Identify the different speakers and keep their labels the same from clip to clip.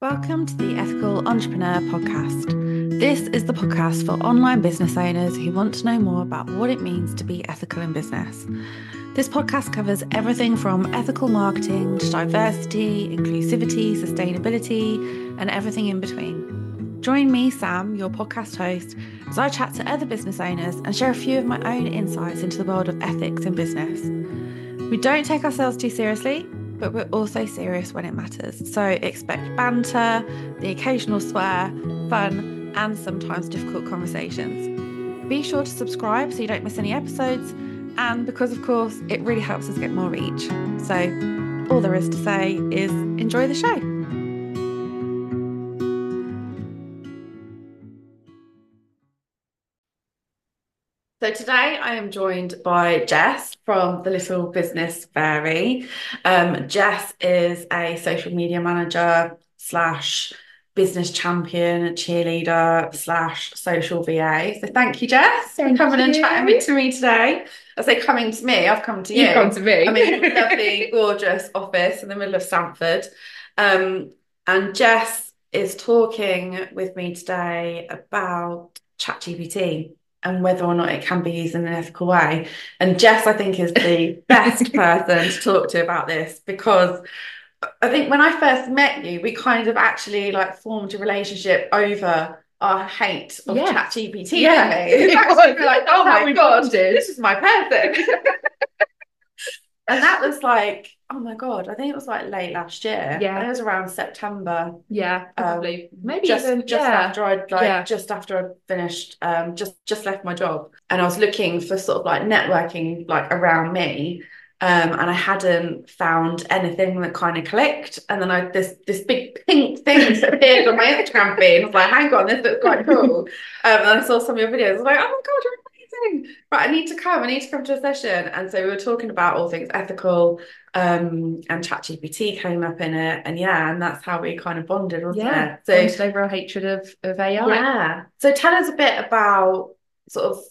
Speaker 1: Welcome to the Ethical Entrepreneur Podcast. This is the podcast for online business owners who want to know more about what it means to be ethical in business. This podcast covers everything from ethical marketing to diversity, inclusivity, sustainability, and everything in between. Join me, Sam, your podcast host, as I chat to other business owners and share a few of my own insights into the world of ethics in business. We don't take ourselves too seriously, but we're also serious when it matters. So expect banter, the occasional swear, fun, and sometimes difficult conversations. Be sure to subscribe so you don't miss any episodes, and because, of course, it really helps us get more reach. So, all there is to say is enjoy the show. So today I am joined by Jess from the Little Business Fairy. Um, Jess is a social media manager slash business champion, cheerleader slash social VA. So thank you, Jess,
Speaker 2: Thank
Speaker 1: for coming and
Speaker 2: you.
Speaker 1: chatting with- to me today. I say coming to me, I've come to you.
Speaker 2: You've come to me.
Speaker 1: I'm in a lovely, gorgeous office in the middle of Stamford. Um, and Jess is talking with me today about ChatGPT and whether or not it can be used in an ethical way. And Jess, I think, is the best person to talk to about this because I think when I first met you, we kind of actually like formed a relationship over our hate of
Speaker 2: Yes.
Speaker 1: ChatGPT.
Speaker 2: Yeah,
Speaker 1: didn't we?
Speaker 2: it
Speaker 1: Actually, we
Speaker 2: was.
Speaker 1: were like, oh
Speaker 2: That's how
Speaker 1: my
Speaker 2: we
Speaker 1: god,
Speaker 2: bonded.
Speaker 1: this is my person. and that was like, oh my god, I think it was like late last year.
Speaker 2: Yeah.
Speaker 1: And it was around September,
Speaker 2: Yeah, probably. Maybe
Speaker 1: Um, just
Speaker 2: even
Speaker 1: just
Speaker 2: yeah.
Speaker 1: after I'd like
Speaker 2: Yeah.
Speaker 1: just after I finished, um, just just left my job, and I was looking for sort of like networking like around me. Um, and I hadn't found anything that kind of clicked. And then I this this big pink thing just appeared on my Instagram feed. I was like, hang on, this looks quite cool. Um, and I saw some of your videos. I was like, oh my god, you're amazing. Right, I need to come. I need to come to a session. And so we were talking about all things ethical, um, and ChatGPT came up in it. And yeah, and that's how we kind of bonded, wasn't
Speaker 2: Yeah.
Speaker 1: it? So
Speaker 2: Bonded over our hatred of, of AI.
Speaker 1: yeah. So tell us a bit about sort of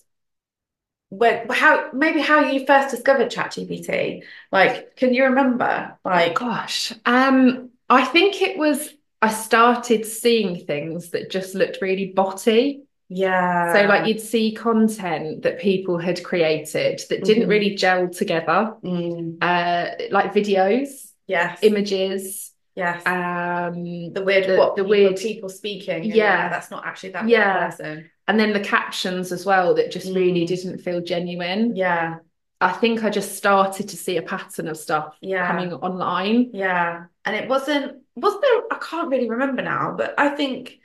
Speaker 1: when how maybe how you first discovered ChatGPT. Like, can you remember? Like,
Speaker 2: Gosh. Um, I think it was I started seeing things that just looked really botty.
Speaker 1: yeah.
Speaker 2: So like you'd see content that people had created that didn't
Speaker 1: Mhm.
Speaker 2: really gel together.
Speaker 1: Mm,
Speaker 2: Uh, like videos,
Speaker 1: yes,
Speaker 2: images,
Speaker 1: yes.
Speaker 2: um,
Speaker 1: the weird
Speaker 2: the-
Speaker 1: what
Speaker 2: the
Speaker 1: people,
Speaker 2: weird-
Speaker 1: people speaking. and,
Speaker 2: Yeah.
Speaker 1: that's not actually that
Speaker 2: Yeah.
Speaker 1: person.
Speaker 2: and then the captions as well that just really
Speaker 1: Mm.
Speaker 2: didn't feel genuine.
Speaker 1: Yeah,
Speaker 2: I think I just started to see a pattern of stuff
Speaker 1: yeah,
Speaker 2: coming online.
Speaker 1: yeah. And it wasn't was there I can't really remember now, but I think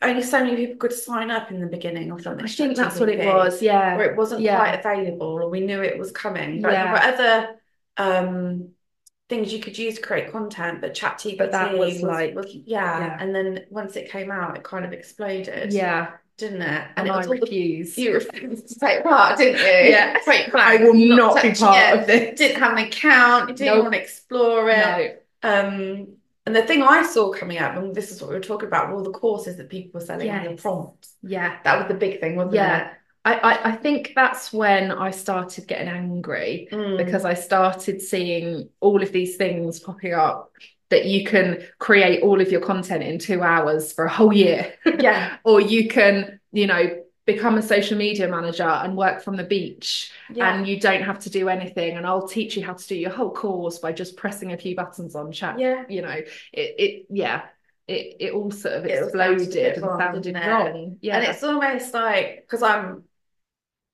Speaker 1: only so many people could sign up in the beginning or something.
Speaker 2: I think that's what it
Speaker 1: ChatGPT.
Speaker 2: was. Yeah.
Speaker 1: or it wasn't
Speaker 2: Yeah.
Speaker 1: quite available, or we knew it was coming. But
Speaker 2: Yeah.
Speaker 1: there were other um, things you could use to create content, but ChatGPT
Speaker 2: But that was like-
Speaker 1: yeah.
Speaker 2: yeah.
Speaker 1: And then once it came out, it kind of exploded,
Speaker 2: Yeah. Oh
Speaker 1: didn't it? And,
Speaker 2: And,
Speaker 1: it
Speaker 2: I
Speaker 1: was all the
Speaker 2: refuse.
Speaker 1: you refused to take part, didn't you?
Speaker 2: Yeah.
Speaker 1: Straight
Speaker 2: I
Speaker 1: flag,
Speaker 2: will not be
Speaker 1: touching
Speaker 2: part
Speaker 1: it.
Speaker 2: of this.
Speaker 1: Didn't have an account. You didn't
Speaker 2: Nope.
Speaker 1: want to explore it.
Speaker 2: No.
Speaker 1: Um, and the thing I saw coming up, and this is what we were talking about, were all the courses that people were selling and the
Speaker 2: Yes.
Speaker 1: prompts.
Speaker 2: Yeah.
Speaker 1: That was the big thing, wasn't
Speaker 2: Yeah. I, I, I think that's when I started getting angry
Speaker 1: it? Mm.
Speaker 2: because I started seeing all of these things popping up that you can create all of your content in two hours for a whole year.
Speaker 1: yeah,
Speaker 2: Or you can, you know, become a social media manager and work from the beach.
Speaker 1: yeah.
Speaker 2: and you don't have to do anything and I'll teach you how to do your whole course by just pressing a few buttons on chat
Speaker 1: Yeah.
Speaker 2: you know it it yeah it it all sort of
Speaker 1: It all sounded a
Speaker 2: exploded
Speaker 1: bit
Speaker 2: and
Speaker 1: wrong,
Speaker 2: sounded
Speaker 1: didn't it?
Speaker 2: wrong yeah
Speaker 1: And it's almost like because I'm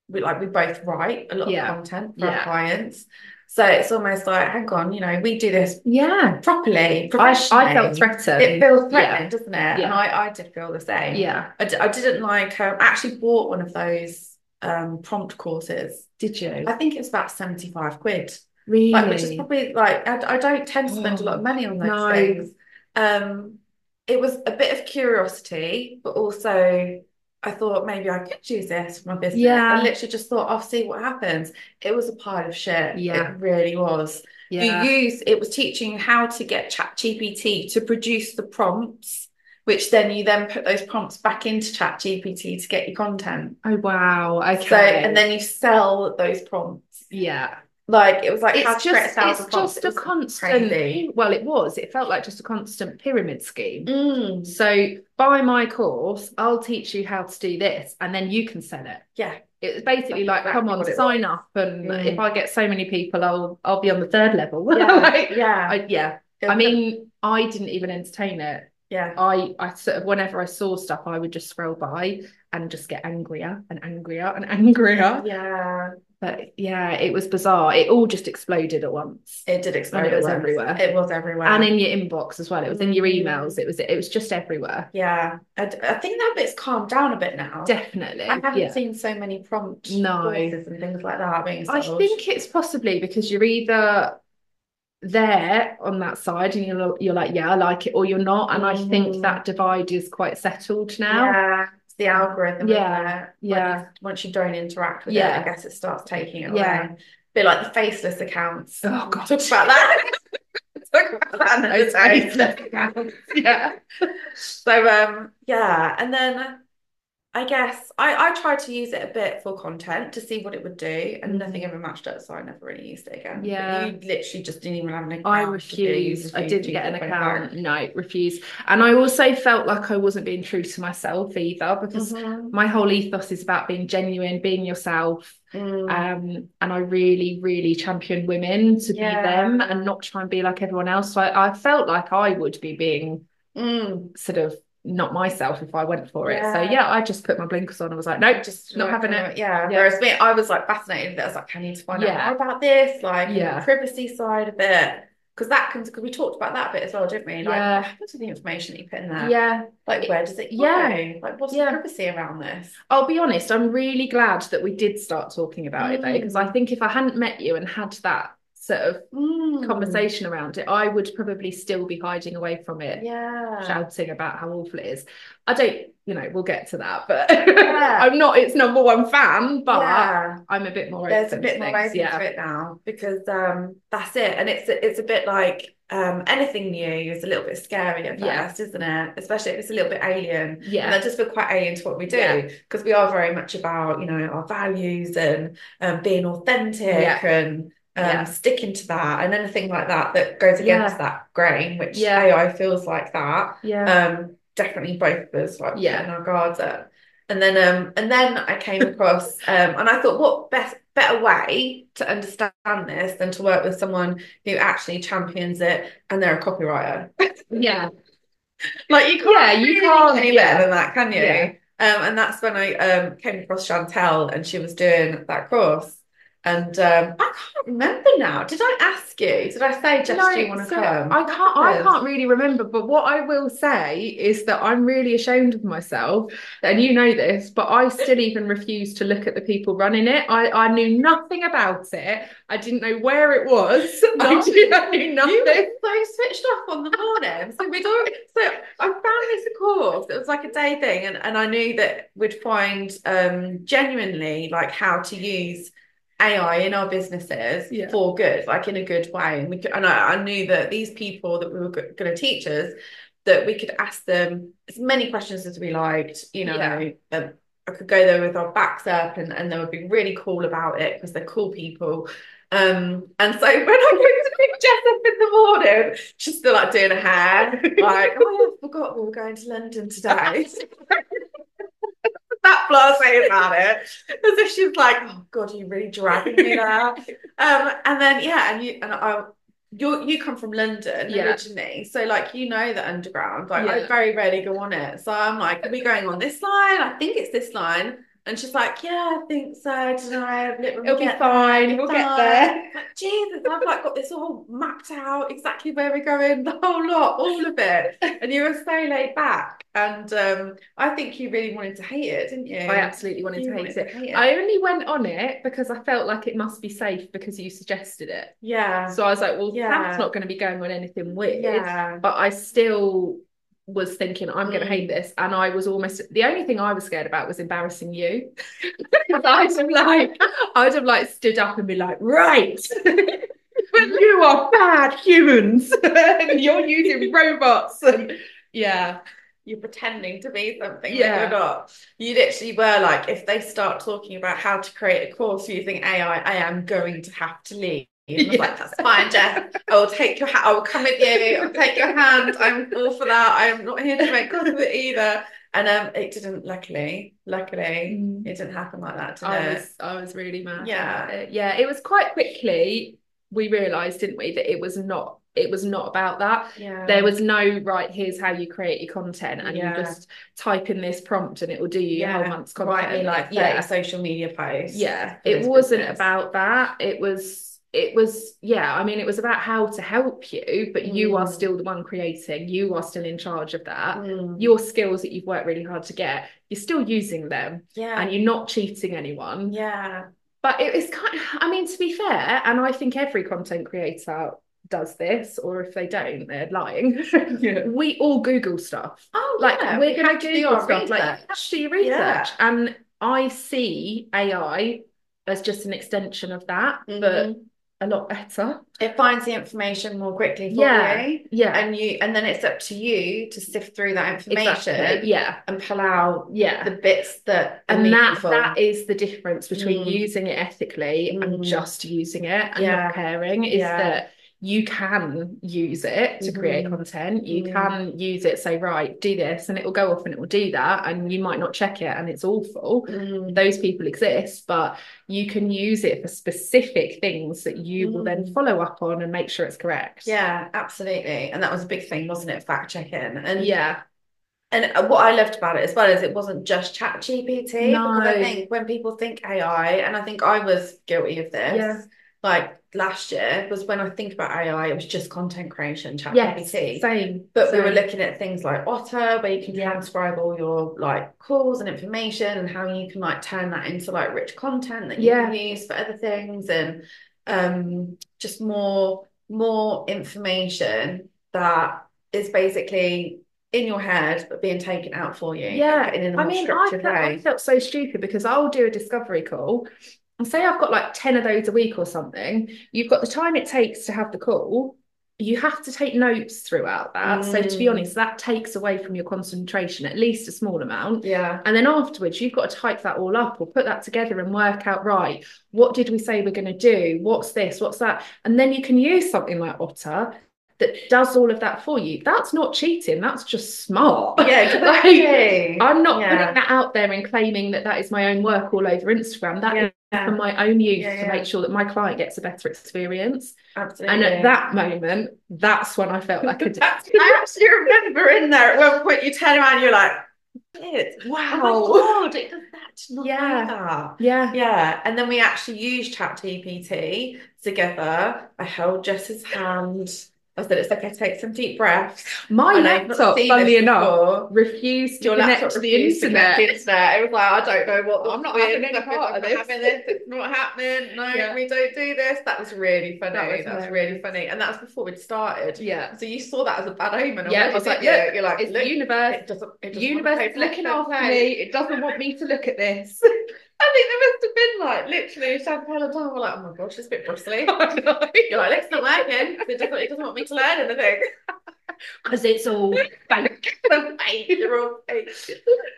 Speaker 1: we like we both write a lot
Speaker 2: Yeah.
Speaker 1: of content for our
Speaker 2: Yeah.
Speaker 1: clients. So it's almost like, hang on, you know, we do this
Speaker 2: yeah
Speaker 1: properly,
Speaker 2: I, I
Speaker 1: professionally.
Speaker 2: felt
Speaker 1: It
Speaker 2: threatened
Speaker 1: feels threatening, doesn't it? And
Speaker 2: Yeah.
Speaker 1: I, I did feel the same.
Speaker 2: yeah
Speaker 1: I, d- I didn't like, um, I actually bought one of those um, prompt courses.
Speaker 2: did you
Speaker 1: I think it was about 75 quid,
Speaker 2: really Oh.
Speaker 1: like, which is probably like, I, I don't tend to spend a lot of money on those
Speaker 2: No.
Speaker 1: things. Um, it was a bit of curiosity, but also I thought maybe I could use this for my business.
Speaker 2: Yeah.
Speaker 1: I literally just thought, I'll see what happens. It was a pile of shit.
Speaker 2: Yeah.
Speaker 1: It really was. You
Speaker 2: yeah
Speaker 1: use it was teaching you how to get ChatGPT to produce the prompts, which then you then put those prompts back into ChatGPT to get your content.
Speaker 2: oh wow
Speaker 1: So
Speaker 2: okay
Speaker 1: and then you sell those prompts.
Speaker 2: yeah
Speaker 1: Like it was like how
Speaker 2: It's
Speaker 1: to create
Speaker 2: just-
Speaker 1: a thousand
Speaker 2: it's just
Speaker 1: fonts. It
Speaker 2: a
Speaker 1: was
Speaker 2: constant-
Speaker 1: crazy.
Speaker 2: Well, it was. It felt like just a constant pyramid scheme.
Speaker 1: Mm,
Speaker 2: So buy my course, I'll teach you how to do this, and then you can sell it.
Speaker 1: Yeah.
Speaker 2: It's basically like,
Speaker 1: Exactly
Speaker 2: come on,
Speaker 1: what it
Speaker 2: sign up, and
Speaker 1: Mm.
Speaker 2: if I get so many people, I'll I'll be on the third level.
Speaker 1: Yeah.
Speaker 2: Like,
Speaker 1: yeah.
Speaker 2: I, yeah.
Speaker 1: It
Speaker 2: I
Speaker 1: was-
Speaker 2: mean, I didn't even entertain it.
Speaker 1: yeah.
Speaker 2: I I sort of whenever I saw stuff, I would just scroll by and just get angrier and angrier and angrier.
Speaker 1: Yeah.
Speaker 2: But yeah, it was bizarre. It all just exploded at once.
Speaker 1: It did explode.
Speaker 2: And it was
Speaker 1: at once.
Speaker 2: everywhere.
Speaker 1: It was everywhere.
Speaker 2: And in your inbox as well. It was in your
Speaker 1: Mm.
Speaker 2: emails. It was it was just everywhere.
Speaker 1: yeah. I, d- I think that bit's calmed down a bit now.
Speaker 2: Definitely.
Speaker 1: I haven't
Speaker 2: yeah.
Speaker 1: seen so many prompt
Speaker 2: No.
Speaker 1: courses and things like that being
Speaker 2: I
Speaker 1: sold.
Speaker 2: think it's possibly because you're either there on that side and you're you're like, yeah, I like it, or you're not. And I think
Speaker 1: Mm.
Speaker 2: that divide is quite settled now.
Speaker 1: Yeah, it's the algorithm, isn't
Speaker 2: Yeah,
Speaker 1: it? When
Speaker 2: yeah.
Speaker 1: you- once you don't interact with it,
Speaker 2: Yeah.
Speaker 1: I guess it starts taking it
Speaker 2: Yeah.
Speaker 1: away. Bit like the faceless accounts.
Speaker 2: Oh
Speaker 1: We'll
Speaker 2: god.
Speaker 1: Talk about that. Talk about that another day.
Speaker 2: yeah.
Speaker 1: So um yeah, and then I guess I, I tried to use it a bit for content to see what it would do, and nothing ever matched up, so I never really used it again. But
Speaker 2: Mm. Yeah.
Speaker 1: you literally just didn't even have an
Speaker 2: I
Speaker 1: account to do-
Speaker 2: refused. I
Speaker 1: to
Speaker 2: didn't
Speaker 1: do
Speaker 2: get an
Speaker 1: things like
Speaker 2: account. No, refused. And I also felt like I wasn't being true to myself either
Speaker 1: that.
Speaker 2: because my whole ethos is about being genuine, being yourself.
Speaker 1: Mm.
Speaker 2: Um, and I really, really champion women to be
Speaker 1: Yeah.
Speaker 2: them and not try and be like everyone else. So I, I felt like I would be being
Speaker 1: Mm.
Speaker 2: sort of not myself if I went for it. So
Speaker 1: Yeah.
Speaker 2: yeah, I just put my blinkers on and was like, nope,
Speaker 1: just
Speaker 2: not
Speaker 1: like,
Speaker 2: having
Speaker 1: uh,
Speaker 2: it.
Speaker 1: Yeah.
Speaker 2: Yeah.
Speaker 1: Whereas me, I was like fascinated. with it. I was like, I need to find
Speaker 2: Yeah.
Speaker 1: out more about this, like the
Speaker 2: Yeah.
Speaker 1: privacy side of it, because that comes because we talked about that bit as well, didn't we? Like,
Speaker 2: Yeah.
Speaker 1: what happens to the information that you put in there?
Speaker 2: yeah,
Speaker 1: Like, where does it go?
Speaker 2: Yeah.
Speaker 1: Like, what's
Speaker 2: Yeah.
Speaker 1: the privacy around this?
Speaker 2: I'll be honest, I'm really glad that we did start talking about it though, because I think if I hadn't met you and had that sort of
Speaker 1: Mm.
Speaker 2: conversation around it, I would probably still be hiding away from it,
Speaker 1: Yeah.
Speaker 2: shouting about how awful it is. I don't, you know, we'll get to that, but
Speaker 1: Yeah.
Speaker 2: I'm not its number one fan, but
Speaker 1: Yeah.
Speaker 2: I'm a bit more
Speaker 1: There's a
Speaker 2: open
Speaker 1: bit
Speaker 2: to
Speaker 1: more
Speaker 2: things.
Speaker 1: open
Speaker 2: Yeah.
Speaker 1: to it now because um, that's it, and it's it's a bit like um, anything new is a little bit scary at
Speaker 2: Yeah.
Speaker 1: first, isn't it? Especially if it's a little bit alien. And
Speaker 2: Yeah.
Speaker 1: that does feel quite alien to what we
Speaker 2: Yeah.
Speaker 1: do because we are very much about, you know, our values and um, being authentic
Speaker 2: Yeah.
Speaker 1: and um,
Speaker 2: Yeah.
Speaker 1: sticking to that and anything like that that goes against
Speaker 2: Yeah.
Speaker 1: that grain, which
Speaker 2: Yeah.
Speaker 1: AI feels like that.
Speaker 2: Yeah.
Speaker 1: Um, definitely both of us like
Speaker 2: Yeah.
Speaker 1: putting our guards up. And then um and then I came across um and I thought what best better way to understand this than to work with someone who actually champions it and they're a copywriter.
Speaker 2: yeah.
Speaker 1: Like you
Speaker 2: Yeah,
Speaker 1: can't
Speaker 2: you
Speaker 1: really
Speaker 2: can't-
Speaker 1: do any better than that, can you?
Speaker 2: Yeah.
Speaker 1: Um, and that's when I um came across Chantel and she was doing that course. And um, I can't remember now. Did I ask you? Did I say, Jess, do you
Speaker 2: No,
Speaker 1: want to
Speaker 2: so
Speaker 1: come?
Speaker 2: I can't I
Speaker 1: Good.
Speaker 2: can't really remember, but what I will say is that I'm really ashamed of myself, and you know this, but I still even refuse to look at the people running it. I, I knew nothing about it. I didn't know where it was. I,
Speaker 1: No.
Speaker 2: did, I knew
Speaker 1: You
Speaker 2: nothing.
Speaker 1: were so switched off on the morning. So we don't. So I found this course. It was like a day thing, and, and I knew that we'd find um, genuinely like how to use AI in our businesses
Speaker 2: Yeah.
Speaker 1: for good, like in a good way. And we could, and I, I knew that these people that we were going to teach us that we could ask them as many questions as we liked. You know,
Speaker 2: Yeah.
Speaker 1: um, I could go there with our backs up, and and they would be really cool about it because they're cool people. Um, and so when I go to pick Jess up in the morning, she's still like doing her hair, like, oh, yeah, I forgot we were going to London today. That blasé about it, as if she's like, "Oh God, are you really dragging me there?" Um, and then yeah, and you and I, you you come from London
Speaker 2: Yeah.
Speaker 1: originally, so like you know the underground. Like
Speaker 2: Yeah.
Speaker 1: I very rarely go on it, so I'm like, "Are we going on this line? I think it's this line." And she's like, "Yeah, I think so. I don't know.
Speaker 2: It'll be fine. We'll get there.
Speaker 1: Like, Jesus, I've like got this all mapped out, exactly where we're going, the whole lot, all of it. And you were so laid back. And um, I think you really wanted to hate it, didn't you?
Speaker 2: I absolutely wanted
Speaker 1: You
Speaker 2: to hate it.
Speaker 1: hate
Speaker 2: I only went on it because I felt like it must be safe because you suggested it.
Speaker 1: yeah.
Speaker 2: So I was like, well,
Speaker 1: Yeah.
Speaker 2: that's not going to be going on anything weird.
Speaker 1: Yeah.
Speaker 2: but I still was thinking I'm going to
Speaker 1: Mm.
Speaker 2: hate this, and I was almost the only thing I was scared about was embarrassing you. 'Cause I'd have like, I'd have like stood up and be like, right, but you are bad humans, and you're using robots, and yeah,
Speaker 1: you're pretending to be something
Speaker 2: Yeah.
Speaker 1: that you're not. You literally were like, if they start talking about how to create a course using AI, I am going to have to leave. And I was
Speaker 2: Yeah.
Speaker 1: like, that's fine, Jess. I will take your hand. I will come with you. I'll take your hand. I'm all for that. I am not here to make courses either. And um, it didn't. Luckily, luckily,
Speaker 2: Mm.
Speaker 1: it didn't happen like that, did
Speaker 2: I
Speaker 1: it?
Speaker 2: was I was really mad.
Speaker 1: Yeah.
Speaker 2: about it. yeah. It was quite quickly we realised, didn't we, that it was not it was not about that.
Speaker 1: Yeah.
Speaker 2: There was no right. Here's how you create your content, and
Speaker 1: Yeah.
Speaker 2: you just type in this prompt, and it will do you your
Speaker 1: Yeah.
Speaker 2: whole month's content.
Speaker 1: Right, like yeah,
Speaker 2: yeah,
Speaker 1: social media posts.
Speaker 2: yeah.
Speaker 1: for
Speaker 2: It
Speaker 1: this
Speaker 2: wasn't
Speaker 1: business.
Speaker 2: about that. It was it was yeah. I mean, it was about how to help you, but you are
Speaker 1: Mm.
Speaker 2: still the one creating. You are still in charge of that.
Speaker 1: Mm.
Speaker 2: Your skills that you've worked really hard to get, you're still using them,
Speaker 1: yeah,
Speaker 2: and you're not cheating anyone.
Speaker 1: yeah,
Speaker 2: But it- it's kind of, I mean, to be fair, and I think every content creator does this, or if they don't, they're lying.
Speaker 1: yeah.
Speaker 2: We all Google stuff.
Speaker 1: Oh,
Speaker 2: Like,
Speaker 1: yeah,
Speaker 2: we're
Speaker 1: we
Speaker 2: gonna
Speaker 1: had to do
Speaker 2: Google
Speaker 1: our
Speaker 2: stuff, like,
Speaker 1: research.
Speaker 2: actually your
Speaker 1: Yeah.
Speaker 2: research. And I see AI as just an extension of that, but
Speaker 1: Mhm.
Speaker 2: a lot better.
Speaker 1: it finds the information more quickly for
Speaker 2: Yeah.
Speaker 1: you,
Speaker 2: Yeah,
Speaker 1: and you, and then it's up to you to sift through that
Speaker 2: exactly.
Speaker 1: information
Speaker 2: Yeah,
Speaker 1: and pull out
Speaker 2: yeah.
Speaker 1: the bits that are
Speaker 2: And that
Speaker 1: meaningful.
Speaker 2: that is the difference between
Speaker 1: Mm.
Speaker 2: using it ethically and
Speaker 1: Mm.
Speaker 2: just using it and
Speaker 1: Yeah.
Speaker 2: not caring is
Speaker 1: Yeah.
Speaker 2: that you can use it to create
Speaker 1: Mhm.
Speaker 2: content. You
Speaker 1: Mm.
Speaker 2: can use it, say, right, do this, and it will go off and it will do that, and you might not check it and it's awful.
Speaker 1: Mm.
Speaker 2: Those people exist, but you can use it for specific things that you will then
Speaker 1: Mm.
Speaker 2: follow up on and make sure it's correct.
Speaker 1: Yeah, absolutely, and that was a big thing, wasn't it? Fact checking, and
Speaker 2: Yeah.
Speaker 1: And what I loved about it as well is it wasn't just Chat GPT because I
Speaker 2: No.
Speaker 1: think when people think AI, and I think I was guilty of this,
Speaker 2: Yeah.
Speaker 1: like last year, was when I think about AI, it was just content creation, Chat
Speaker 2: Yes.
Speaker 1: GPT.
Speaker 2: Same.
Speaker 1: But we were
Speaker 2: Same.
Speaker 1: looking at things like Otter, where you can
Speaker 2: Yeah.
Speaker 1: transcribe all your like calls and information and how you can like turn that into like rich content that you
Speaker 2: Yeah.
Speaker 1: can use for other things and um just more more information that is basically in your head but being taken out for you and
Speaker 2: Yeah.
Speaker 1: put in a
Speaker 2: I
Speaker 1: more
Speaker 2: mean, I
Speaker 1: structured
Speaker 2: felt, I
Speaker 1: way.
Speaker 2: felt so stupid because I'll do a discovery call and say I've got like 10 of those a week or something. You've got the time it takes to have the call. You have to take notes throughout that. So, to be
Speaker 1: Mm.
Speaker 2: honest, that takes away from your concentration, at least a small amount.
Speaker 1: Yeah.
Speaker 2: And then afterwards, you've got to type that all up or put that together and work out, right, what did we say we're going to do? What's this? What's that? And then you can use something like Otter that does all of that for you. That's not cheating, that's just smart.
Speaker 1: Yeah,
Speaker 2: Like,
Speaker 1: exactly.
Speaker 2: I'm not
Speaker 1: Yeah.
Speaker 2: putting that out there and claiming that that is my own work all over Instagram. That is
Speaker 1: Yeah,
Speaker 2: for my own use
Speaker 1: Yeah,
Speaker 2: to
Speaker 1: yeah.
Speaker 2: make sure that my client gets a better experience.
Speaker 1: absolutely.
Speaker 2: And at that moment, that's when I felt like a
Speaker 1: That's- I actually remember in there at one point you turn around and you're like, shit, wow.
Speaker 2: Oh
Speaker 1: it does that to
Speaker 2: not
Speaker 1: Yeah.
Speaker 2: do Yeah.
Speaker 1: Yeah. And then we actually used ChatGPT together. I held Jess's hand. I said, it's like I take some deep breaths.
Speaker 2: My
Speaker 1: And I've not
Speaker 2: laptop,
Speaker 1: seen
Speaker 2: funnily
Speaker 1: this
Speaker 2: enough,
Speaker 1: before.
Speaker 2: refused to
Speaker 1: Your
Speaker 2: connect
Speaker 1: laptop
Speaker 2: to the
Speaker 1: refused to connect
Speaker 2: internet.
Speaker 1: to the internet. It was like, I don't know what this
Speaker 2: I'm not
Speaker 1: is.
Speaker 2: having any
Speaker 1: I'm not
Speaker 2: part of this.
Speaker 1: having this. It's not happening. No,
Speaker 2: Yeah.
Speaker 1: we don't do this. That was really funny.
Speaker 2: That was
Speaker 1: That was
Speaker 2: hilarious.
Speaker 1: really funny. And that was before we'd started.
Speaker 2: Yeah.
Speaker 1: So you saw that as a bad omen. already,
Speaker 2: Yeah, I was like,
Speaker 1: didn't you?
Speaker 2: look,
Speaker 1: You're like,
Speaker 2: It's
Speaker 1: look,
Speaker 2: the universe.
Speaker 1: it doesn't, it
Speaker 2: The
Speaker 1: doesn't
Speaker 2: universe
Speaker 1: want to
Speaker 2: is
Speaker 1: take
Speaker 2: looking
Speaker 1: left,
Speaker 2: after
Speaker 1: okay.
Speaker 2: me. It doesn't want me to look at this.
Speaker 1: I think there must have been like literally Chantal and Tom were like, oh my gosh, it's a bit bristly. You're like, it's not working. It doesn't, it doesn't want me to learn anything.
Speaker 2: Because it's all fake.
Speaker 1: I'm eight, you're all eight.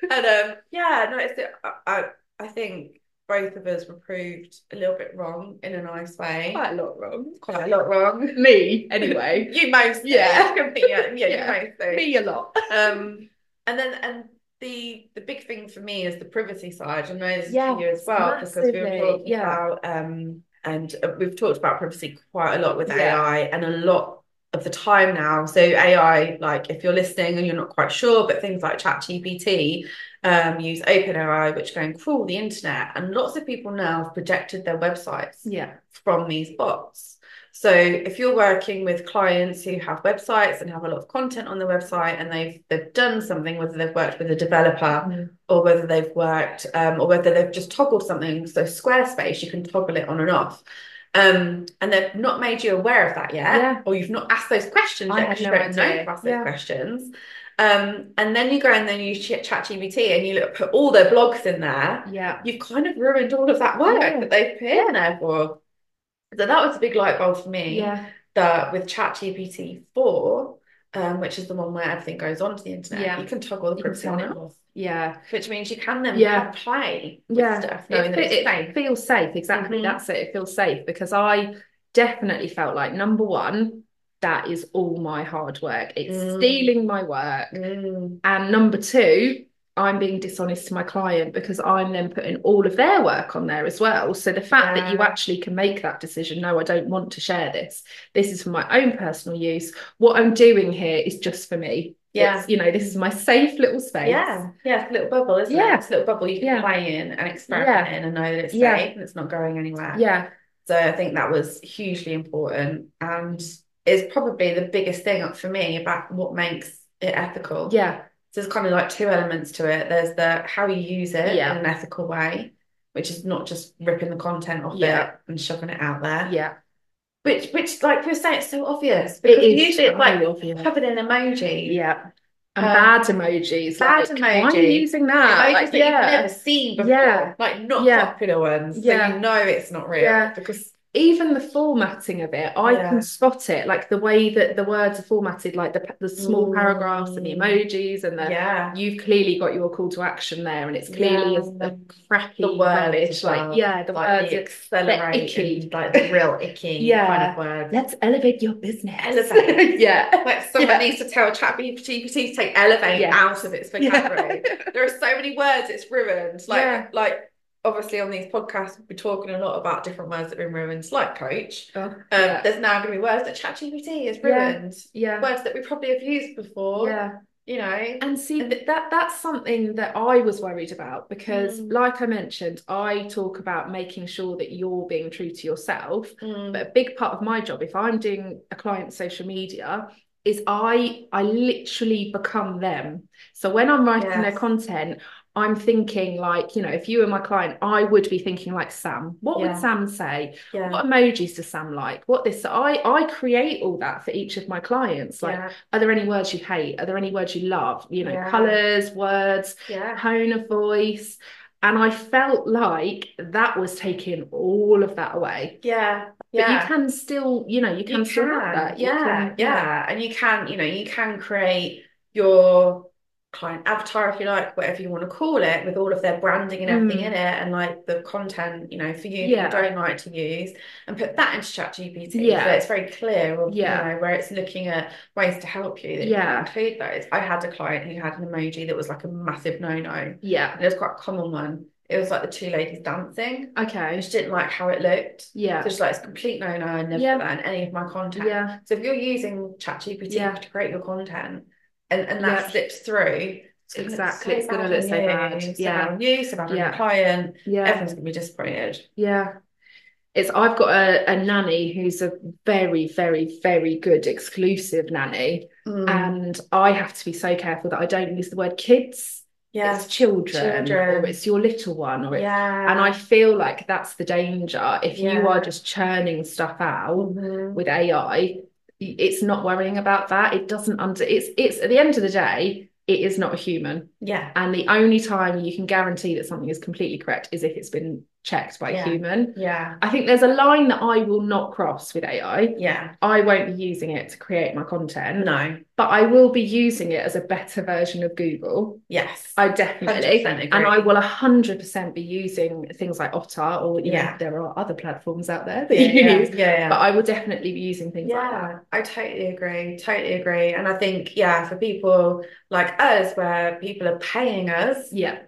Speaker 1: And um, yeah, no, it's, I, I, I think both of us were proved a little bit wrong in a nice way.
Speaker 2: Quite a lot wrong.
Speaker 1: Quite a lot wrong.
Speaker 2: Me, anyway.
Speaker 1: You mostly.
Speaker 2: Yeah.
Speaker 1: yeah,
Speaker 2: Yeah.
Speaker 1: yeah, you mostly.
Speaker 2: Me a lot.
Speaker 1: Um, and then and the the big thing for me is the privacy side. I know this is
Speaker 2: Yes,
Speaker 1: for you as well because we were
Speaker 2: massively,
Speaker 1: talking
Speaker 2: yeah.
Speaker 1: about um and uh, we've talked about privacy quite a lot with
Speaker 2: Yeah.
Speaker 1: AI and a lot of the time now. So AI, like if you're listening and you're not quite sure, but things like ChatGPT um use OpenAI, which go and crawl the internet, and lots of people now have protected their websites
Speaker 2: Yeah.
Speaker 1: from these bots. So if you're working with clients who have websites and have a lot of content on their website and they've they've done something, whether they've worked with a developer or whether they've worked um, or whether they've just toggled something, so Squarespace, you can toggle it on and off. Um, and they've not made you aware of that yet,
Speaker 2: Yeah.
Speaker 1: or you've not asked those questions
Speaker 2: I
Speaker 1: yet
Speaker 2: had
Speaker 1: 'cause you
Speaker 2: no
Speaker 1: don't know
Speaker 2: idea.
Speaker 1: to ask
Speaker 2: Yeah.
Speaker 1: those questions. Um, and then you go and then you chat GPT and you look, put all their blogs in there
Speaker 2: Yeah.
Speaker 1: you've kind of ruined all of that work
Speaker 2: Yeah.
Speaker 1: that they've put in there for. So that was a big light bulb for me
Speaker 2: Yeah.
Speaker 1: that with ChatGPT 4, um, which is the one where everything goes onto the internet.
Speaker 2: Yeah.
Speaker 1: You can toggle the
Speaker 2: You can turn it
Speaker 1: cryptonic off,
Speaker 2: Yeah.
Speaker 1: which means you can then
Speaker 2: Yeah.
Speaker 1: have play with
Speaker 2: Yeah.
Speaker 1: stuff, knowing
Speaker 2: It,
Speaker 1: that it's
Speaker 2: fe- it
Speaker 1: safe.
Speaker 2: feels safe. Exactly.
Speaker 1: Mhm.
Speaker 2: That's it. It feels safe because I definitely felt like number one, that is all my hard work. It's
Speaker 1: Mm.
Speaker 2: stealing my work.
Speaker 1: Mm.
Speaker 2: And number two, I'm being dishonest to my client because I'm then putting all of their work on there as well. So the fact that you
Speaker 1: Yeah.
Speaker 2: actually can make that decision, no, I don't want to share this. This is for my own personal use. What I'm doing here is just for me.
Speaker 1: Yeah.
Speaker 2: It's, you know, this is my safe little space.
Speaker 1: Yeah, yeah, it's a little bubble, isn't it?
Speaker 2: Yeah.
Speaker 1: It's a little bubble you can
Speaker 2: Yeah.
Speaker 1: play in and experiment in and know that it's
Speaker 2: Yeah.
Speaker 1: safe and it's not going anywhere.
Speaker 2: Yeah.
Speaker 1: So I think that was hugely important and is probably the biggest thing for me about what makes it ethical.
Speaker 2: Yeah.
Speaker 1: So there's kind of like two elements to it. There's the how you use it
Speaker 2: Yeah.
Speaker 1: in an ethical way, which is not just ripping the content off
Speaker 2: Yeah.
Speaker 1: it and shoving it out there.
Speaker 2: Yeah.
Speaker 1: Which, which, like you were saying, it's so obvious
Speaker 2: It
Speaker 1: because
Speaker 2: is
Speaker 1: usually it's like
Speaker 2: very obvious.
Speaker 1: covered in emoji,
Speaker 2: Yeah. And
Speaker 1: Um,
Speaker 2: bad emojis.
Speaker 1: bad
Speaker 2: like, why are you
Speaker 1: emoji.
Speaker 2: using that?
Speaker 1: emojis
Speaker 2: Like,
Speaker 1: that you've
Speaker 2: yeah.
Speaker 1: never seen before,
Speaker 2: Yeah.
Speaker 1: like not
Speaker 2: Yeah.
Speaker 1: popular ones. So
Speaker 2: Yeah.
Speaker 1: you know it's not real
Speaker 2: Yeah.
Speaker 1: because
Speaker 2: even the formatting of it, I
Speaker 1: Yeah.
Speaker 2: can spot it, like the way that the words are formatted, like the the small
Speaker 1: Mm.
Speaker 2: paragraphs and the emojis and the
Speaker 1: yeah,
Speaker 2: you've clearly got your call to action there, and it's clearly
Speaker 1: Yeah.
Speaker 2: a, a crappy
Speaker 1: The words
Speaker 2: rubbish,
Speaker 1: as
Speaker 2: like
Speaker 1: well.
Speaker 2: yeah, the
Speaker 1: like
Speaker 2: words.
Speaker 1: the accelerate
Speaker 2: icky.
Speaker 1: and, like the real icky
Speaker 2: Yeah.
Speaker 1: kind of words.
Speaker 2: Let's elevate your business.
Speaker 1: Elevate.
Speaker 2: yeah,
Speaker 1: Like someone
Speaker 2: Yeah.
Speaker 1: needs to tell ChatGPT to take elevate
Speaker 2: Yeah.
Speaker 1: out of its
Speaker 2: Yeah.
Speaker 1: vocabulary. There are so many words it's ruined. Like
Speaker 2: Yeah.
Speaker 1: like obviously on these podcasts we're talking a lot about different words that have been ruined, like coach.
Speaker 2: Oh,
Speaker 1: Um,
Speaker 2: yeah.
Speaker 1: there's now going to be words that ChatGPT has
Speaker 2: Yeah.
Speaker 1: ruined,
Speaker 2: yeah,
Speaker 1: words that we probably have used before.
Speaker 2: yeah.
Speaker 1: You know.
Speaker 2: And see th- that that's something that I was worried about because,
Speaker 1: Mm.
Speaker 2: like I mentioned, I talk about making sure that you're being true to yourself.
Speaker 1: Mm.
Speaker 2: But a big part of my job, if I'm doing a client's social media, is I I literally become them. So when I'm writing their
Speaker 1: Yes.
Speaker 2: content, I'm thinking like, you know, if you were my client, I would be thinking like Sam. What
Speaker 1: Yeah.
Speaker 2: would Sam say?
Speaker 1: yeah.
Speaker 2: What emojis does Sam like? What this? So I I create all that for each of my clients. Like,
Speaker 1: yeah.
Speaker 2: are there any words you hate? Are there any words you love? You know,
Speaker 1: Yeah.
Speaker 2: colors, words,
Speaker 1: Yeah.
Speaker 2: tone of voice. And I felt like that was taking all of that away.
Speaker 1: Yeah.
Speaker 2: But
Speaker 1: Yeah.
Speaker 2: you can still, you know, you
Speaker 1: You
Speaker 2: can still have that. You
Speaker 1: yeah,
Speaker 2: can-
Speaker 1: yeah. And you can, you know, you can create your client avatar, if you like, whatever you want to call it, with all of their branding and everything
Speaker 2: Mm.
Speaker 1: in it, and like the content, you know, for you
Speaker 2: Yeah.
Speaker 1: that you don't like to use, and put that into ChatGPT. So
Speaker 2: Yeah.
Speaker 1: it's very clear of, you
Speaker 2: Yeah.
Speaker 1: know, where it's looking at ways to help you that you can
Speaker 2: Yeah.
Speaker 1: include those. I had a client who had an emoji that was like a massive no-no, and
Speaker 2: Yeah.
Speaker 1: it was quite a common one. It was like the two ladies dancing,
Speaker 2: Okay.
Speaker 1: and she didn't like how it looked. So
Speaker 2: Yeah.
Speaker 1: she's like, it's a complete no-no, I never
Speaker 2: Yeah.
Speaker 1: put that in any of my content.
Speaker 2: Yeah.
Speaker 1: So if you're using ChatGPT
Speaker 2: Yeah.
Speaker 1: to create your content and, and that
Speaker 2: Yeah.
Speaker 1: slips through, it's gonna look
Speaker 2: Exactly.
Speaker 1: so
Speaker 2: It's gonna
Speaker 1: bad
Speaker 2: look
Speaker 1: on
Speaker 2: so
Speaker 1: you,
Speaker 2: bad.
Speaker 1: so bad
Speaker 2: Yeah.
Speaker 1: on you, so bad on your
Speaker 2: Yeah.
Speaker 1: client.
Speaker 2: Yeah.
Speaker 1: Everyone's gonna be disappointed.
Speaker 2: Yeah. It's I've got a, a nanny who's a very, very, very good exclusive nanny.
Speaker 1: Mm.
Speaker 2: And I have to be so careful that I don't use the word kids.
Speaker 1: Yeah.
Speaker 2: It's children,
Speaker 1: Children.
Speaker 2: or it's your little one, or it's
Speaker 1: Yeah.
Speaker 2: and I feel like that's the danger. If you
Speaker 1: Yeah.
Speaker 2: are just churning stuff out,
Speaker 1: Mhm.
Speaker 2: with AI, it's not worrying about that. It doesn't under it's it's at the end of the day, it is not a human.
Speaker 1: Yeah.
Speaker 2: And the only time you can guarantee that something is completely correct is if it's been checked by a
Speaker 1: Yeah.
Speaker 2: human.
Speaker 1: Yeah.
Speaker 2: I think there's a line that I will not cross with AI.
Speaker 1: Yeah.
Speaker 2: I won't be using it to create my content,
Speaker 1: No.
Speaker 2: but I will be using it as a better version of Google.
Speaker 1: Yes.
Speaker 2: I definitely.
Speaker 1: 100% agree.
Speaker 2: And I will 100% be using things like Otter, or you know,
Speaker 1: Yeah.
Speaker 2: there are other platforms out there that
Speaker 1: Yeah.
Speaker 2: you
Speaker 1: Yeah.
Speaker 2: use,
Speaker 1: Yeah.
Speaker 2: but I will definitely be using things like that.
Speaker 1: Yeah, I totally agree. Totally agree. And I think, yeah, for people like us, where people are paying us
Speaker 2: Yeah,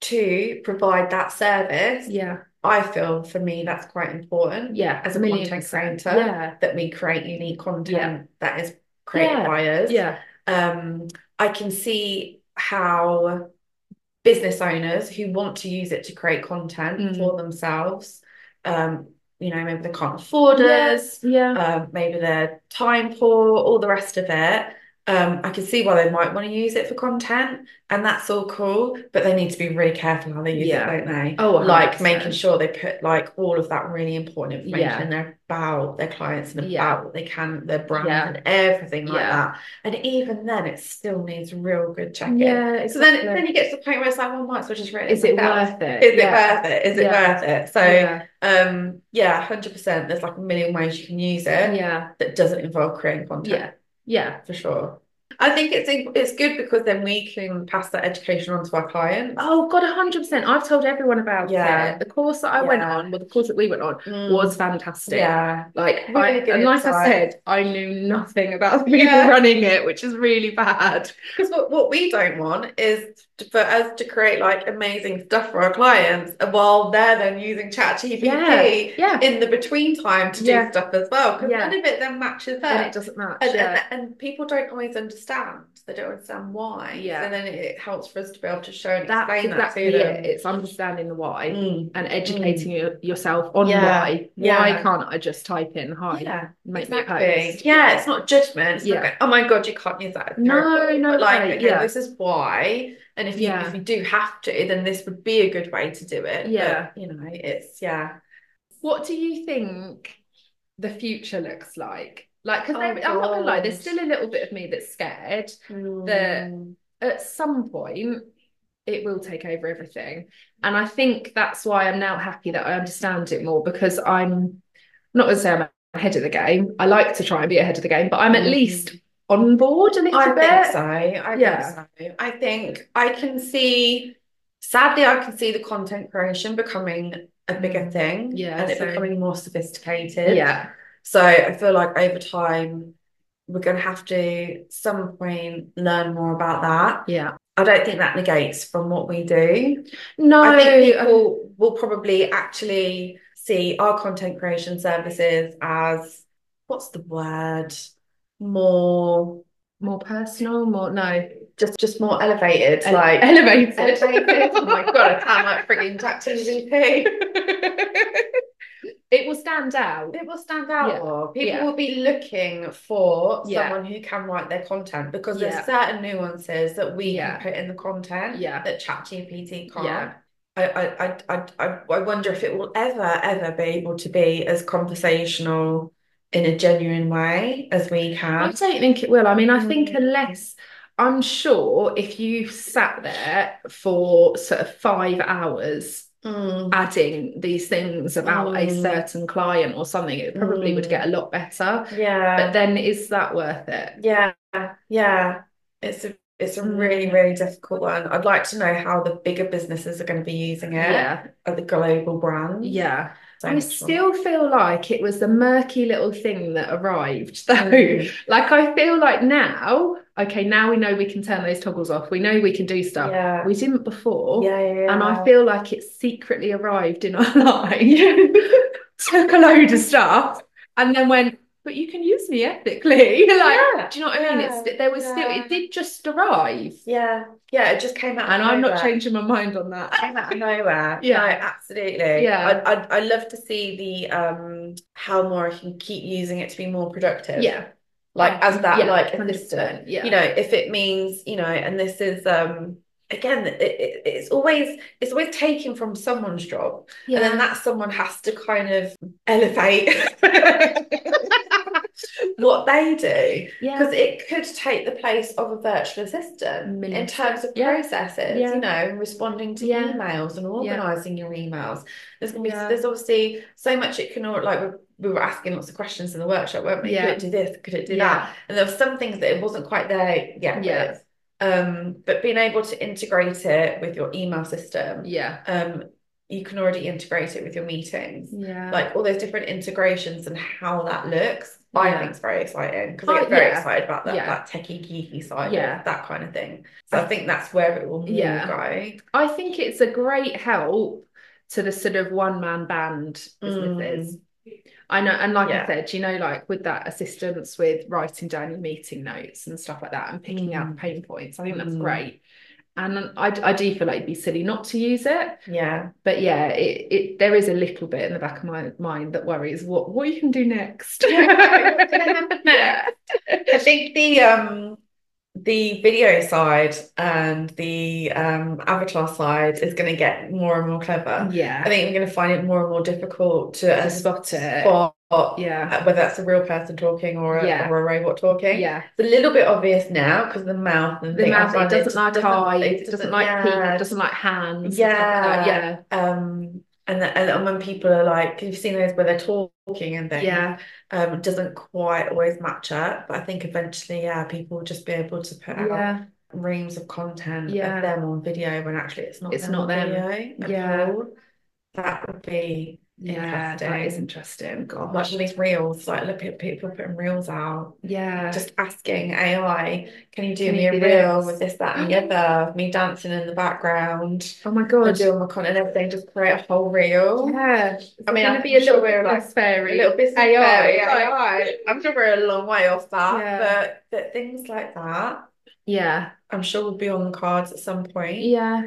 Speaker 1: to provide that service,
Speaker 2: yeah,
Speaker 1: I feel for me that's quite important
Speaker 2: yeah.
Speaker 1: as a
Speaker 2: million
Speaker 1: content
Speaker 2: percent.
Speaker 1: creator.
Speaker 2: Yeah,
Speaker 1: that we create unique content that is created
Speaker 2: Yeah.
Speaker 1: by us.
Speaker 2: yeah,
Speaker 1: Um, I can see how business owners who want to use it to create content
Speaker 2: Mm.
Speaker 1: for themselves, um, you know, maybe they can't afford us,
Speaker 2: yeah,
Speaker 1: um, maybe they're time poor, all the rest of it. Um, I can see why they might want to use it for content, and that's all cool, but they need to be really careful how they use it,
Speaker 2: Yeah.
Speaker 1: don't they?
Speaker 2: Oh,
Speaker 1: like making
Speaker 2: 100%.
Speaker 1: sure they put like all of that really important information
Speaker 2: Yeah.
Speaker 1: in there about their clients and
Speaker 2: Yeah.
Speaker 1: about what they can, their brand
Speaker 2: Yeah.
Speaker 1: and everything like
Speaker 2: Yeah.
Speaker 1: that. And even then, it still needs real good checking.
Speaker 2: yeah.
Speaker 1: So then,
Speaker 2: exactly.
Speaker 1: then you get to the point where it's like, well, might as well just write it
Speaker 2: is it
Speaker 1: myself.
Speaker 2: worth it?
Speaker 1: Is it
Speaker 2: Yeah.
Speaker 1: worth it? Is it
Speaker 2: Yeah.
Speaker 1: worth it? So,
Speaker 2: Yeah,
Speaker 1: um, yeah, 100%. There's like a million ways you can use it
Speaker 2: yeah,
Speaker 1: that doesn't involve creating content
Speaker 2: yeah, yeah.
Speaker 1: for sure. I think it's it's good because then we can pass that education on to our clients.
Speaker 2: Oh God, hundred percent. I've told everyone about
Speaker 1: Yeah.
Speaker 2: it. The course that I went
Speaker 1: Yeah.
Speaker 2: on, well, the course that we went on, was fantastic.
Speaker 1: Mm. yeah.
Speaker 2: Like,
Speaker 1: Really
Speaker 2: I,
Speaker 1: good
Speaker 2: and like I
Speaker 1: insight.
Speaker 2: said, I knew nothing about the people
Speaker 1: Yeah.
Speaker 2: running it, which is really bad.
Speaker 1: Because what, what we don't want is to, for us to create like amazing stuff for our clients while they're then using ChatGPT
Speaker 2: Yeah,
Speaker 1: in the between time to do
Speaker 2: Yeah.
Speaker 1: stuff as well. Because
Speaker 2: Yeah.
Speaker 1: none of it then matches
Speaker 2: and it
Speaker 1: up.
Speaker 2: doesn't match.
Speaker 1: And,
Speaker 2: yeah.
Speaker 1: and, and people don't always understand. They don't understand why.
Speaker 2: Yeah.
Speaker 1: So then it, it helps for us to be able to show and
Speaker 2: That's
Speaker 1: explain that
Speaker 2: exactly
Speaker 1: to them.
Speaker 2: it. It's understanding the why
Speaker 1: Mm.
Speaker 2: and educating your- yourself on
Speaker 1: Yeah.
Speaker 2: why. Why
Speaker 1: Yeah.
Speaker 2: can't I just type in hi,
Speaker 1: Yeah,
Speaker 2: make oh, me a
Speaker 1: exactly.
Speaker 2: post?
Speaker 1: Yeah, it's not judgment. It's not
Speaker 2: Yeah.
Speaker 1: going, oh my God, you can't use that. It's
Speaker 2: No,
Speaker 1: terrible."
Speaker 2: no
Speaker 1: But like,
Speaker 2: way,
Speaker 1: okay,
Speaker 2: yeah.
Speaker 1: this is why. And if you
Speaker 2: Yeah.
Speaker 1: if you do have to, then this would be a good way to do it. But,
Speaker 2: Yeah.
Speaker 1: you know, it's yeah.
Speaker 2: What do you think the future looks like? Like, because
Speaker 1: Oh,
Speaker 2: I'm not gonna lie, there's
Speaker 1: God.
Speaker 2: still a little bit of me that's scared.
Speaker 1: Mm.
Speaker 2: at some point it will take over everything and i think that's why i'm now happy that i understand it more because i'm I'm not going to say i'm ahead of the game i like to try and be ahead of the game but i'm at
Speaker 1: Mhm.
Speaker 2: least on board a little
Speaker 1: I think
Speaker 2: bit
Speaker 1: so. I think
Speaker 2: Yeah.
Speaker 1: so. I think I can see, sadly, I can see the content creation becoming a bigger thing
Speaker 2: Yeah,
Speaker 1: and it
Speaker 2: same.
Speaker 1: becoming more sophisticated.
Speaker 2: yeah
Speaker 1: So I feel like over time, we're going to have to, some point, learn more about that.
Speaker 2: yeah
Speaker 1: I don't think that negates from what we do.
Speaker 2: no
Speaker 1: I think
Speaker 2: um,
Speaker 1: people will probably actually see our content creation services as, what's the word? More,
Speaker 2: more personal more no
Speaker 1: just just more elevated,
Speaker 2: ele-
Speaker 1: like
Speaker 2: elevated
Speaker 1: elevated. Oh my God, I sound like freaking ChatGPT.
Speaker 2: it will stand out
Speaker 1: It will stand out
Speaker 2: Yeah.
Speaker 1: more. People
Speaker 2: Yeah.
Speaker 1: will be looking for
Speaker 2: Yeah.
Speaker 1: someone who can write their content because there's
Speaker 2: Yeah.
Speaker 1: certain nuances that we
Speaker 2: Yeah.
Speaker 1: can put in the content
Speaker 2: Yeah.
Speaker 1: that ChatGPT can't.
Speaker 2: Yeah.
Speaker 1: I, I, I, I, I- I wonder if it will ever, ever be able to be as conversational in a genuine way as we
Speaker 2: I
Speaker 1: can.
Speaker 2: don't think it will. I mean, I think
Speaker 1: Mm.
Speaker 2: unless I'm sure if you sat there for sort of five hours
Speaker 1: Mm.
Speaker 2: adding these things about a
Speaker 1: Mm.
Speaker 2: certain client or something, it probably would
Speaker 1: Mm.
Speaker 2: get a lot better. But
Speaker 1: Yeah.
Speaker 2: then is that worth it?
Speaker 1: Yeah. Yeah. It's a, it's a
Speaker 2: Mm.
Speaker 1: really, really difficult one. I'd like to know how the bigger businesses are going to be using it,
Speaker 2: Yeah.
Speaker 1: or the global brands.
Speaker 2: Yeah.
Speaker 1: So
Speaker 2: I
Speaker 1: much more.
Speaker 2: still feel like it was the murky little thing that arrived, though.
Speaker 1: Mm.
Speaker 2: Like, I feel like now, okay, now we know we can turn those toggles off. We know we can do stuff.
Speaker 1: Yeah.
Speaker 2: We didn't before.
Speaker 1: Yeah, yeah,
Speaker 2: And
Speaker 1: yeah.
Speaker 2: I feel like it secretly arrived in our life, took a load of stuff, and then went, but you can use me ethically. Like,
Speaker 1: Yeah.
Speaker 2: do you know what I mean?
Speaker 1: Yeah.
Speaker 2: It's, there was still,
Speaker 1: Yeah.
Speaker 2: it did just arrive.
Speaker 1: Yeah, yeah, it just came out of
Speaker 2: And I'm not
Speaker 1: nowhere.
Speaker 2: changing my mind on
Speaker 1: It
Speaker 2: that.
Speaker 1: Came out of nowhere.
Speaker 2: Yeah.
Speaker 1: No, absolutely.
Speaker 2: Yeah.
Speaker 1: I'd, I'd, I'd love to see the um how more I can keep using it to be more productive.
Speaker 2: Yeah.
Speaker 1: Like as that
Speaker 2: Yeah,
Speaker 1: like
Speaker 2: 100%,
Speaker 1: assistant.
Speaker 2: yeah.
Speaker 1: You know, if it means, you know, and this is um again, it, it, it's always it's always taken from someone's job. And then that someone has to kind of elevate what they do.
Speaker 2: Yeah.
Speaker 1: Because it could take the place of a virtual assistant in
Speaker 2: Million
Speaker 1: terms of
Speaker 2: Yeah.
Speaker 1: processes,
Speaker 2: Yeah.
Speaker 1: you know, and responding to
Speaker 2: Yeah.
Speaker 1: emails and organizing your emails. There's gonna be
Speaker 2: Yeah.
Speaker 1: there's obviously so much it can all like we- we were asking lots of questions in the workshop, weren't we? Could
Speaker 2: Yeah.
Speaker 1: it do this? Could it do that?
Speaker 2: Yeah.
Speaker 1: And there were some things that it wasn't quite there yet
Speaker 2: Yeah.
Speaker 1: with. Um, but being able to integrate it with your email system,
Speaker 2: Yeah.
Speaker 1: um, you can already integrate it with your meetings
Speaker 2: Yeah.
Speaker 1: like all those different integrations and how that looks, I
Speaker 2: Yeah.
Speaker 1: think it's very exciting because
Speaker 2: Oh,
Speaker 1: I get very
Speaker 2: yeah.
Speaker 1: excited about that
Speaker 2: Yeah.
Speaker 1: that techie geeky side of
Speaker 2: Yeah.
Speaker 1: that kind of thing. So I think that's where it will more
Speaker 2: Yeah.
Speaker 1: go.
Speaker 2: I think it's a great help to the sort of one man band businesses. I know, and like I
Speaker 1: Mm. Yeah.
Speaker 2: said, you know, like with that assistance with writing down your meeting notes and stuff like that and picking out
Speaker 1: Mm.
Speaker 2: the pain points, I think that's
Speaker 1: Mm.
Speaker 2: great. And I, I do feel like it'd be silly not to use it,
Speaker 1: Yeah.
Speaker 2: but yeah, it, it there is a little bit in the back of my mind that worries what what you can do next.
Speaker 1: What's gonna happen next? I think the um the video side and the um avatar side is going to get more and more clever.
Speaker 2: Yeah,
Speaker 1: I think we're going to find it more and more difficult to
Speaker 2: To
Speaker 1: uh,
Speaker 2: spot it.
Speaker 1: spot
Speaker 2: yeah,
Speaker 1: uh, whether that's a real person talking or a,
Speaker 2: Yeah.
Speaker 1: or a robot talking.
Speaker 2: yeah.
Speaker 1: It's a little bit obvious now because the mouth and
Speaker 2: The
Speaker 1: thing
Speaker 2: mouth,
Speaker 1: I've
Speaker 2: it
Speaker 1: done,
Speaker 2: doesn't like
Speaker 1: doesn't-
Speaker 2: eyes,
Speaker 1: it
Speaker 2: it doesn't like
Speaker 1: yeah.
Speaker 2: feet, it doesn't like hands, and stuff like that.
Speaker 1: Yeah. Um, and the, and when people are like, you've seen those where they're talking and things,
Speaker 2: Yeah.
Speaker 1: um, it doesn't quite always match up. But I think eventually, yeah, people will just be able to put out
Speaker 2: Yeah.
Speaker 1: reams of content
Speaker 2: Yeah.
Speaker 1: of them on video when actually it's not
Speaker 2: It's
Speaker 1: them
Speaker 2: not
Speaker 1: on
Speaker 2: them.
Speaker 1: video at
Speaker 2: Yeah.
Speaker 1: all. That would be
Speaker 2: Yeah. That is
Speaker 1: Interesting.
Speaker 2: interesting. Gosh.
Speaker 1: watching these reels, like look at people putting reels out,
Speaker 2: Yeah.
Speaker 1: just asking AI, can you do
Speaker 2: Can
Speaker 1: me
Speaker 2: you
Speaker 1: a
Speaker 2: do
Speaker 1: reel
Speaker 2: this? Mm-hmm.
Speaker 1: with this, that, and the other, me dancing in the background,
Speaker 2: oh my
Speaker 1: and
Speaker 2: god.
Speaker 1: doing my content and everything, just create a whole reel.
Speaker 2: Yeah. It's
Speaker 1: I mean,
Speaker 2: gonna
Speaker 1: I'm
Speaker 2: be a
Speaker 1: sure
Speaker 2: little
Speaker 1: we're, like,
Speaker 2: business fairy.
Speaker 1: A little business
Speaker 2: AI,
Speaker 1: fairy,
Speaker 2: like-
Speaker 1: AI. I'm sure we're a long way off that,
Speaker 2: Yeah.
Speaker 1: but but things like that,
Speaker 2: Yeah.
Speaker 1: I'm sure will be on the cards at some point.
Speaker 2: Yeah.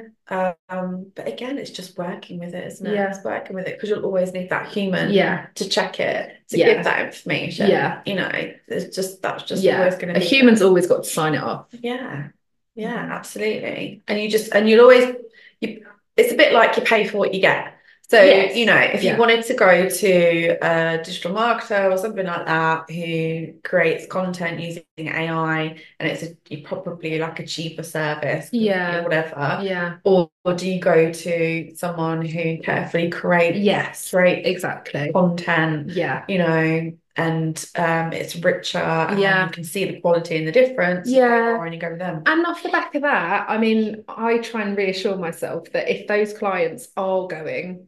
Speaker 1: Um, but again, it's just working with it, isn't it?
Speaker 2: Yeah.
Speaker 1: It's working with it because you'll always need that human
Speaker 2: Yeah.
Speaker 1: to check it, to
Speaker 2: Yeah.
Speaker 1: give that information.
Speaker 2: Yeah.
Speaker 1: You know, it's just that's just
Speaker 2: Yeah.
Speaker 1: always going to
Speaker 2: A Mm-hmm.
Speaker 1: be
Speaker 2: human's always got to sign it off.
Speaker 1: Yeah. Yeah, absolutely. And you just and you'll always you it's a bit like you pay for what you get. So,
Speaker 2: Yes.
Speaker 1: you know, if you
Speaker 2: Yeah.
Speaker 1: wanted to go to a digital marketer or something like that who creates content using AI and it's a, you probably like a cheaper service,
Speaker 2: Yeah.
Speaker 1: whatever.
Speaker 2: Yeah.
Speaker 1: Or, or do you go to someone who carefully creates
Speaker 2: Yes.
Speaker 1: great
Speaker 2: Exactly.
Speaker 1: content,
Speaker 2: Yeah.
Speaker 1: you know, and um, it's richer and
Speaker 2: Yeah.
Speaker 1: you can see the quality and the difference? You
Speaker 2: Yeah.
Speaker 1: go for it And you go with them.
Speaker 2: And off the back of that, I mean, I try and reassure myself that if those clients are going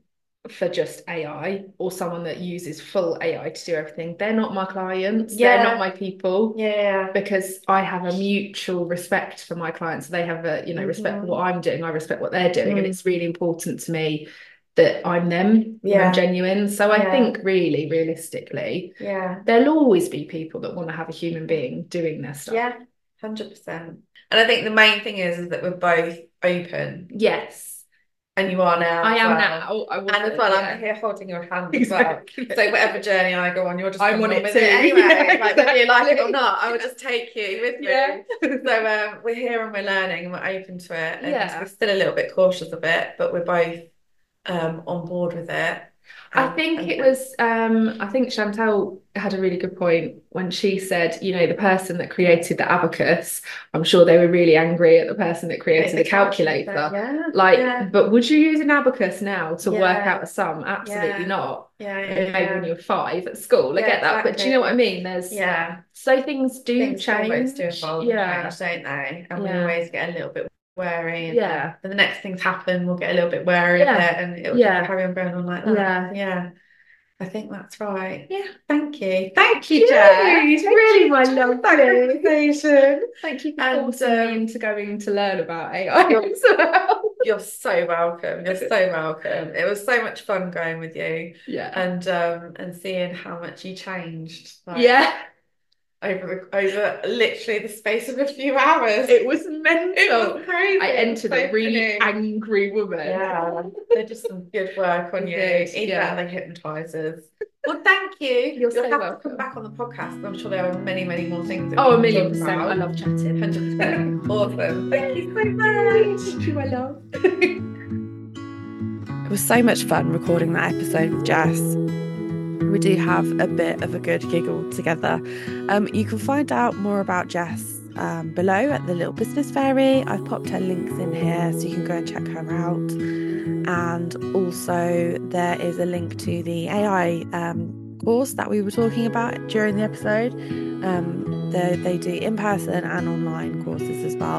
Speaker 2: for just AI or someone that uses full AI to do everything, they're not my clients, they're
Speaker 1: Yeah.
Speaker 2: not my people,
Speaker 1: Yeah.
Speaker 2: because I have a mutual respect for my clients. They have a, you know, respect for
Speaker 1: Mhm.
Speaker 2: what I'm doing, I respect what they're doing, and
Speaker 1: Mm.
Speaker 2: it's really important to me that I'm them and I'm
Speaker 1: Yeah.
Speaker 2: genuine. So I
Speaker 1: Yeah.
Speaker 2: think really, realistically,
Speaker 1: Yeah.
Speaker 2: there'll always be people that want to have a human being doing their stuff.
Speaker 1: Yeah. 100%. And I think the main thing is, is that we're both open,
Speaker 2: Yes.
Speaker 1: and you are now
Speaker 2: I
Speaker 1: as
Speaker 2: am
Speaker 1: well.
Speaker 2: now. I
Speaker 1: And as well, I'm here holding your hand as well.
Speaker 2: Exactly.
Speaker 1: So whatever journey I go on, you're just
Speaker 2: I'm
Speaker 1: coming
Speaker 2: on it
Speaker 1: with
Speaker 2: too.
Speaker 1: anyway.
Speaker 2: Yeah,
Speaker 1: like whether you like it or
Speaker 2: exactly.
Speaker 1: not, I will just take you with me.
Speaker 2: Yeah.
Speaker 1: So um, we're here and we're learning and we're open to it. And
Speaker 2: Yeah.
Speaker 1: we're still a little bit cautious of it, but we're both um, on board with it.
Speaker 2: I
Speaker 1: Um,
Speaker 2: think
Speaker 1: and-
Speaker 2: it was. Um, I think Chantel had a really good point when she said, you know, the person that created the abacus. I'm sure they were really angry at the person that created the calculator.
Speaker 1: Yeah.
Speaker 2: Like,
Speaker 1: Yeah.
Speaker 2: but would you use an abacus now to work
Speaker 1: Yeah.
Speaker 2: out a sum? Absolutely
Speaker 1: Yeah.
Speaker 2: not.
Speaker 1: Yeah.
Speaker 2: Maybe
Speaker 1: yeah,
Speaker 2: when you're five at school, I
Speaker 1: Yeah,
Speaker 2: get that. But do you
Speaker 1: exactly.
Speaker 2: know what I mean? There's
Speaker 1: Yeah.
Speaker 2: so things do
Speaker 1: Things always do
Speaker 2: change.
Speaker 1: evolve and
Speaker 2: Yeah,
Speaker 1: change, don't they? And we
Speaker 2: Yeah.
Speaker 1: always get a little bit wary. And
Speaker 2: yeah,
Speaker 1: then the next things happen, we'll get a little bit wary of
Speaker 2: Yeah.
Speaker 1: it and it'll
Speaker 2: Yeah.
Speaker 1: just carry on going on like that.
Speaker 2: yeah.
Speaker 1: Yeah, I think that's right.
Speaker 2: Yeah.
Speaker 1: Thank you.
Speaker 2: Thank
Speaker 1: you,
Speaker 2: you,
Speaker 1: Jen.
Speaker 2: It's
Speaker 1: Thank
Speaker 2: really
Speaker 1: you
Speaker 2: my
Speaker 1: for
Speaker 2: lovely.
Speaker 1: that conversation.
Speaker 2: Thank you for
Speaker 1: And,
Speaker 2: forcing me
Speaker 1: um,
Speaker 2: into going to learn about AI as well.
Speaker 1: You're so welcome. You're so welcome. It was so much fun going with you
Speaker 2: Yeah.
Speaker 1: and um and seeing how much you changed like,
Speaker 2: Yeah.
Speaker 1: over over literally the space of a few hours.
Speaker 2: It was mental.
Speaker 1: It was crazy.
Speaker 2: I entered
Speaker 1: So
Speaker 2: a really
Speaker 1: funny.
Speaker 2: angry woman.
Speaker 1: Yeah, they did some good work on you.
Speaker 2: They did,
Speaker 1: Even
Speaker 2: yeah.
Speaker 1: the hypnotizers. Well, thank you. You'll
Speaker 2: so
Speaker 1: have to
Speaker 2: welcome.
Speaker 1: come back on the podcast. I'm sure there are many, many more things. that
Speaker 2: Oh, a
Speaker 1: we can
Speaker 2: million
Speaker 1: talk
Speaker 2: percent. I
Speaker 1: about.
Speaker 2: love chatting.
Speaker 1: 100%. Awesome. Thank you so much.
Speaker 2: Thank you, my love.
Speaker 3: It was so much fun recording that episode with Jess. We do have a bit of a good giggle together. Um, you can find out more about Jess um, below at the Little Business Fairy. I've popped her links in here so you can go and check her out. And also, there is a link to the AI um, course that we were talking about during the episode. Um, they, they do in person and online courses as well.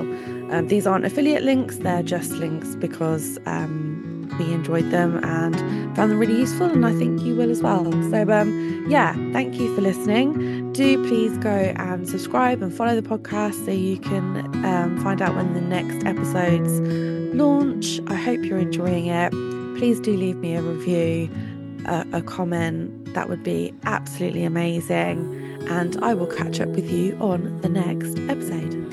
Speaker 3: Um, these aren't affiliate links, they're just links because. Um, we enjoyed them and found them really useful and I think you will as well. So um yeah, thank you for listening. Do please go and subscribe and follow the podcast so you can um, find out when the next episodes launch. I hope you're enjoying it. Please do leave me a review, a, a comment. That would be absolutely amazing. And I will catch up with you on the next episode.